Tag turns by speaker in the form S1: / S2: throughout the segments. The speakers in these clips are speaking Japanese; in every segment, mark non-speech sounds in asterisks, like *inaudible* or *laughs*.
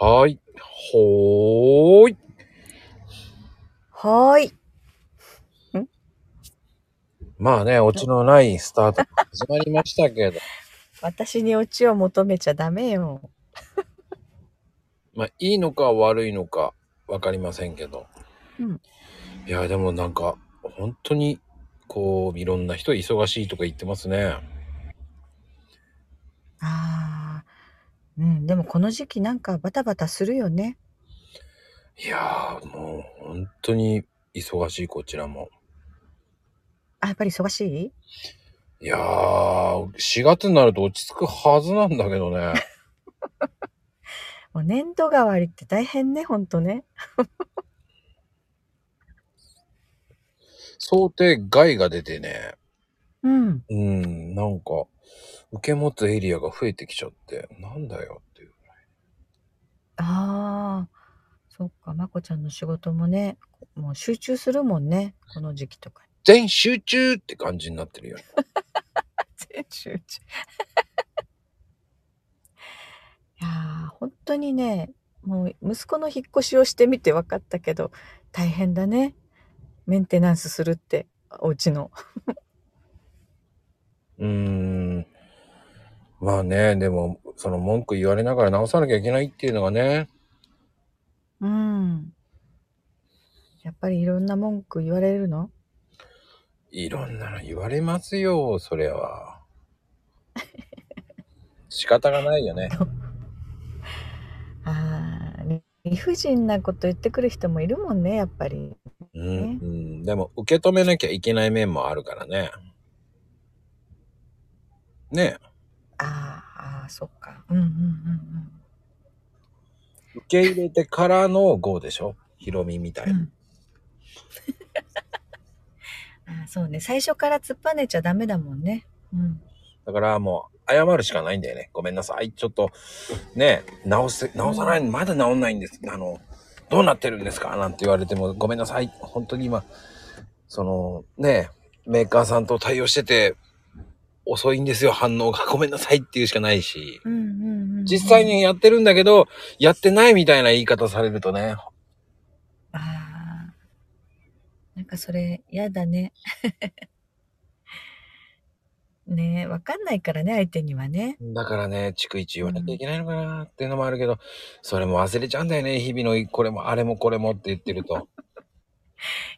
S1: はーい。ほーい。
S2: はーい。
S1: まあね、オチのないスタートが始まりましたけど、 *laughs*
S2: 私にオチを求めちゃダメよ。
S1: まあいいのか悪いのかわかりませんけど。
S2: うん
S1: いや、でもなんか、本当に、こう、いろんな人忙しいとか言ってますね。
S2: ああ。うん、でもこの時期なんかバタバタするよね。
S1: いやー、もう本当に忙しい、こちらも。
S2: あ、やっぱり忙しい
S1: いやー、4月になると落ち着くはずなんだけどね。
S2: もう年度替わりって大変ね、ほんとね。
S1: 想定外が出てね。
S2: うん。
S1: うん、なんか、受け持つエリアが増えてきちゃって、なんだよっていう。
S2: ああ。そっか、まこちゃんの仕事もね、もう集中するもんね。この時期とか。
S1: 全集中って感じになってるよね。
S2: 全集中。 *laughs* いやー、本当にね、もう息子の引っ越しをしてみて分かったけど、大変だね。メンテナンスするって、お家の。
S1: うーん。まあね、でも、その文句言われながら直さなきゃいけないっていうのがね。
S2: うん。やっぱりいろんな文句言われるの
S1: いろんなの言われますよ、それは。仕方がないよね。
S2: ああ、理理不尽なこと言ってくる人もいるもんね、やっぱり。
S1: うん、うん。でも、受け止めなきゃいけない面もあるからね。ね
S2: あーあー、そっか。うんうんうんうん。
S1: 受け入れてからの GO でしょヒロミみたいな。
S2: うん *laughs* あそうね最初から突っぱねちゃダメだもんね、うん、
S1: だからもう謝るしかないんだよね。ごめんなさい。ちょっとね、直せ、直さない、まだ直んないんです。あの、どうなってるんですかなんて言われても、ごめんなさい。本当に今、そのね、メーカーさんと対応してて、遅いんですよ、反応が。ごめんなさいっていうしかないし。
S2: うんうんうんうん
S1: 実際にやってるんだけど、やってないみたいな言い方されるとね、
S2: あーなんかそれ嫌だね *laughs* ねえ分かんないからね相手にはね
S1: だからね、逐一言わなきゃいけないのかなっていうのもあるけど、それも忘れちゃうんだよね。日々のこれもあれもこれもって言ってると。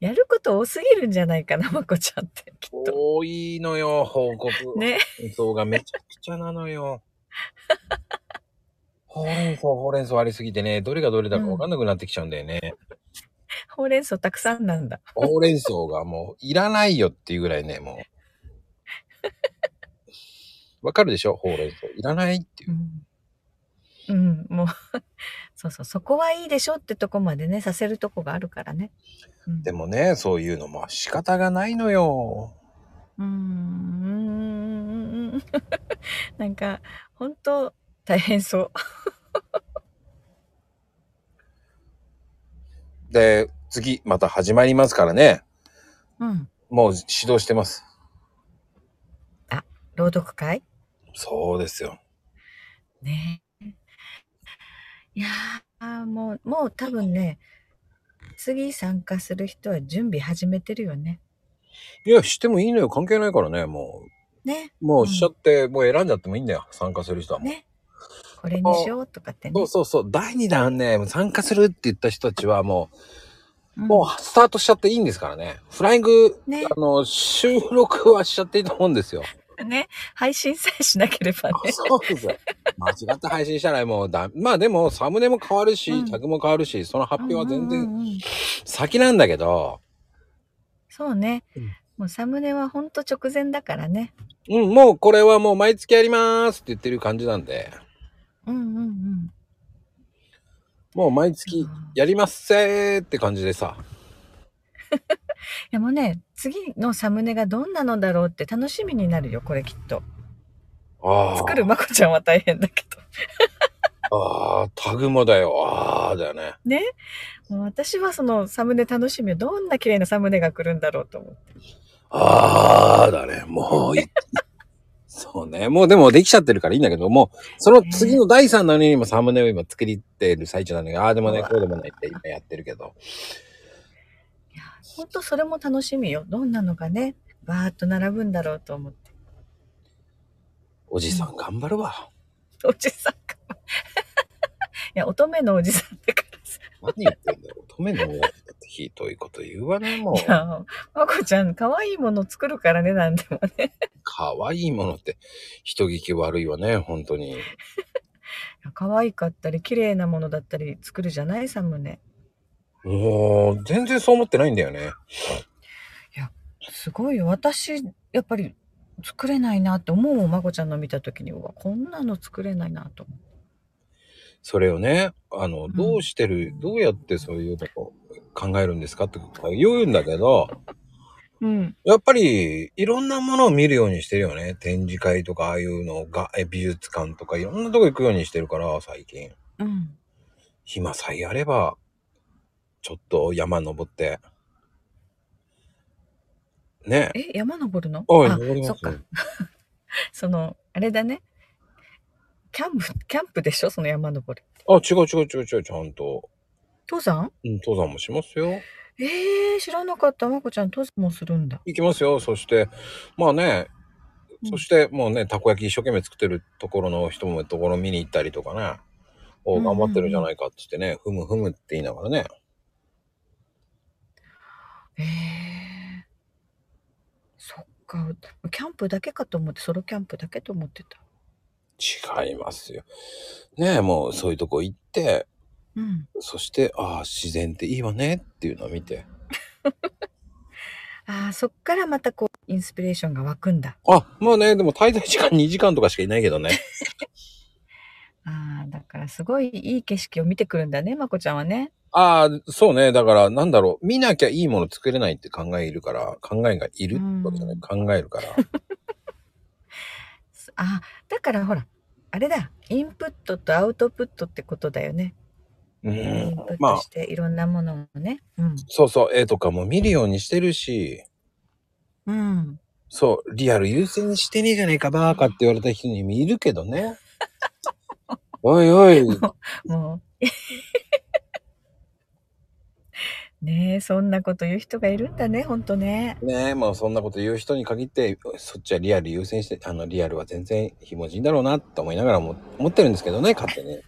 S2: やること多すぎるんじゃないかなまこちゃんってきっと
S1: 多いのよ、報告。
S2: ね
S1: 演奏がめちゃくちゃなのよ。ほうれん草、ほうれん草ありすぎてね、どれがどれだかわかんなくなってきちゃうんだよね。
S2: ほうれん草たくさんなんだ
S1: ほうれん草がもういらないよっていうぐらいね、 *laughs* もう。わかるでしょほうれん草。いらないっていうう。
S2: ん、うん、もう *laughs* そうそうそこはいいでしょってとこまでねさせるとこがあるからね、うん
S1: でもね、そういうのも仕方がないのよ。
S2: うーんなんか本当大変そう。
S1: で、次、また始まりますからね。
S2: うん。
S1: もう指導してます。
S2: 朗読会
S1: そうですよ。
S2: ねえいやーもうもう多分ね次参加する人は準備始めてるよね。
S1: いや、してもいいのよ。関係ないからね、も
S2: ね
S1: う。もうしちゃって、もう選んじゃってもいいんだよ。参加する人はもう。
S2: ねこれにしようとかってね。
S1: そうそうそう。第2弾ね、参加するって言った人たちはも
S2: うん
S1: う、もうスタートしちゃっていいんですからね。フライング、
S2: ね
S1: あの、収録はしちゃっていいと思うんですよ。
S2: ね配信さえしなければね。
S1: そうですよ。間違って配信したらもうだ、まあでも、サムネも変わる
S2: う
S1: し、
S2: ん
S1: タグも変わるし、その発表は全
S2: う
S1: 然
S2: んうんうん
S1: 先なんだけど、
S2: そうね
S1: うん。
S2: もうサムネは本当直前だからね。
S1: うん、もうこれはもう毎月やりますって言ってる感じなんで、
S2: うんうんうん。
S1: もう毎月やりますせーって感じでさ。
S2: でもね、次のサムネがどんなのだろうって楽しみになるよ、これきっと。
S1: あー
S2: 作るまこちゃんは大変だけど。
S1: あー、タグもだよ。ああ、だよね。
S2: ね。もう私はそのサムネ楽しみよ。どんな綺麗なサムネが来るんだろうと思う。 *laughs*
S1: あーだね、もういそうね。もうでもできちゃってるからいいんだけども、その次の第三のにもサムネを今作りてる最中なのに、ああでもな
S2: う
S1: い、
S2: わ
S1: こうでもないって今やってるけど。
S2: いや本当それも楽しみよどんなのがねバーッと並ぶんだろうと思って
S1: おじさん頑張るわ。
S2: おじさんか *laughs* いや乙女のおじさんだからさ
S1: 何言ってんだよ。乙女の親父だってひどいこと言うわね、も。
S2: いうやまこちゃん可愛いもの作るからねなんでもね
S1: 可愛いものって、人聞き悪いわね、本当に。
S2: 可愛かったり綺麗なものだったり作るじゃないサムネ
S1: もう、全然そう思ってないんだよね。
S2: すごいよ私やっぱり作れないなって思うもんまこちゃんの見た時にうわこんなの作れないなと思う
S1: それをね、あの、
S2: ん
S1: どうしてる、どうやってそういうのを考えるんですかって言うんだけど、
S2: うん
S1: やっぱり、いろんなものを見るようにしてるよね。展示会とか、ああいうのが、え美術館とか、いろんなとこ行くようにしてるから、最近。
S2: うん
S1: 暇さえあれば、ちょっと山登って。ねえ。
S2: え山登るの
S1: おい、
S2: あ
S1: 登りま
S2: そっ
S1: すよ
S2: か。そのあれだねキャンプキャンプでしょその山登る
S1: あ、違う違う違う違う、ちゃんと。
S2: 登山
S1: うん、登山もしますよ。
S2: えー、知らなかったまこちゃん登山もするんだ
S1: 行きますよ。そして、まあね、
S2: うん
S1: そしてもうね、たこ焼き一生懸命作ってるところの人もところ見に行ったりとかね、お
S2: うんうんう
S1: 頑
S2: ん
S1: 張ってるじゃないかって言ってね、ふむふむって言いながらね、
S2: えー、そっかキャンプだけかと思ってソロキャンプだけと思ってた
S1: 違いますよ。ねえ、もうそういうとこ行って、
S2: うん
S1: そして、ああ、自然っていいわねっていうのを見て、
S2: ああ、そっからまたこう、インスピレーションが湧くんだ。
S1: あ、まあね、でも滞在時間2時間とかしかいないけどね。 *laughs*
S2: ああ、だからすごいいい景色を見てくるんだね、まこちゃんはね。
S1: ああ、そうね。だから、なんだろう。見なきゃいいもの作れないって考えいるから、考えがいるってことじゃな
S2: う
S1: い。
S2: ん
S1: 考えるから。
S2: ああ、だからほら、あれだ、インプットとアウトプットってことだよね。
S1: う
S2: イ
S1: ん
S2: ンプッ
S1: ま
S2: ト
S1: あ
S2: していろんなものをね。うん。
S1: そうそう、絵とかも見るようにしてるし、
S2: うん。
S1: そう、リアル優先にしてねえじゃねえか、バーカって言われた人にもいるけどね。おいおい、
S2: もう。 *laughs* ねえ、そんなこと言う人がいるんだね、ほんとね。
S1: ねえ、もうそんなこと言う人に限って、そっちはリアル優先して、あの、リアルは全然ひもじいんだろうな、と思いながらも思ってるんですけどね、勝手に。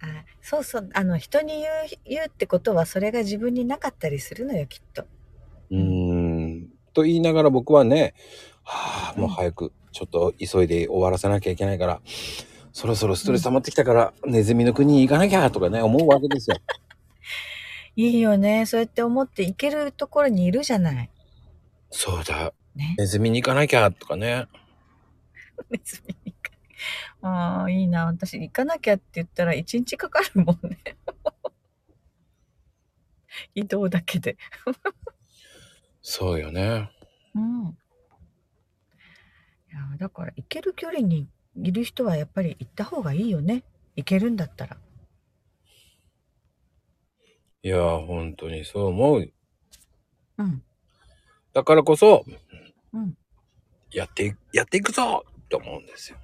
S2: あーそうそう、あの、人に言う、言うってことはそれが自分になかったりするのよ、きっと。
S1: うーん、と言いながら僕はね、はあ、もう早く、ちょっと急いで終わらせなきゃいけないから、そろそろストレス溜まってきたから、ネズミの国に行かなきゃ、とかね、思うわけですよ。
S2: いいよね、そうやって思っていけるところにいるじゃない。
S1: そうだ、
S2: ね。
S1: ネズミに行かなきゃ、とかね。
S2: ネズミに行かああ、いいな。私、行かなきゃって言ったら1日かかるもんね。 *laughs* 移動だけで。
S1: そうよね。
S2: うん。いやーだから、行ける距離にいる人はやっぱり行った方がいいよね。行けるんだったら。
S1: いやー、本当にそう思う。
S2: うん。
S1: だからこそ、
S2: うん。
S1: やってい、やっていくぞと思うんですよ。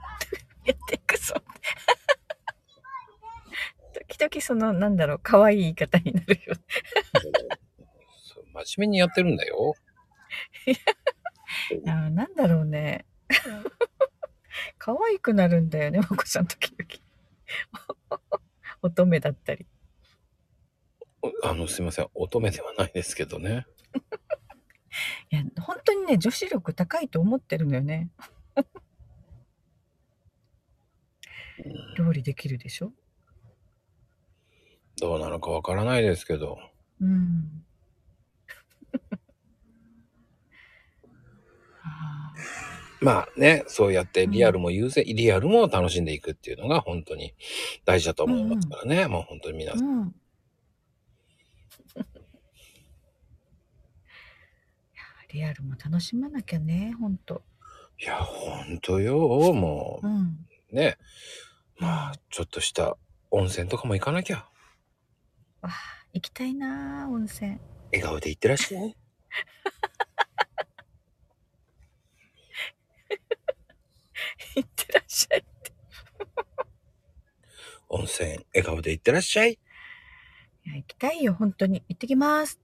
S2: やっていくぞ。 *laughs* 時々その、なんだろう、可愛い言い方になるよ。
S1: そう真面目にやってるんだよ。
S2: いやーなんだろうね。 *laughs* 可愛くなるんだよね、まこちゃん時々。 *laughs* 乙女だったり。
S1: おあの、すいません。乙女ではないですけどね。
S2: いや、本当にね、女子力高いと思ってるのよね。料理できるでしょ
S1: どうなのかわからないですけど。
S2: うん。 *laughs* あー
S1: まあね、そうやってリアルも優先、リアルも楽しんでいくっていうのが本当に大事だと思いますからね。もう本当に皆さ。
S2: うんん。いやリアルも楽しまなきゃね、本当。
S1: いや、本当よ。も
S2: うん。
S1: う、ね。まあ、ちょっとした温泉とかも行かなきゃ。
S2: わあ、行きたいなあ、温 *laughs* 泉。
S1: 笑顔で行ってらっしゃい。
S2: いってらっしゃい。
S1: 温泉、笑顔でいってらっしゃい。
S2: いや行きたいよ、本当に。行ってきます。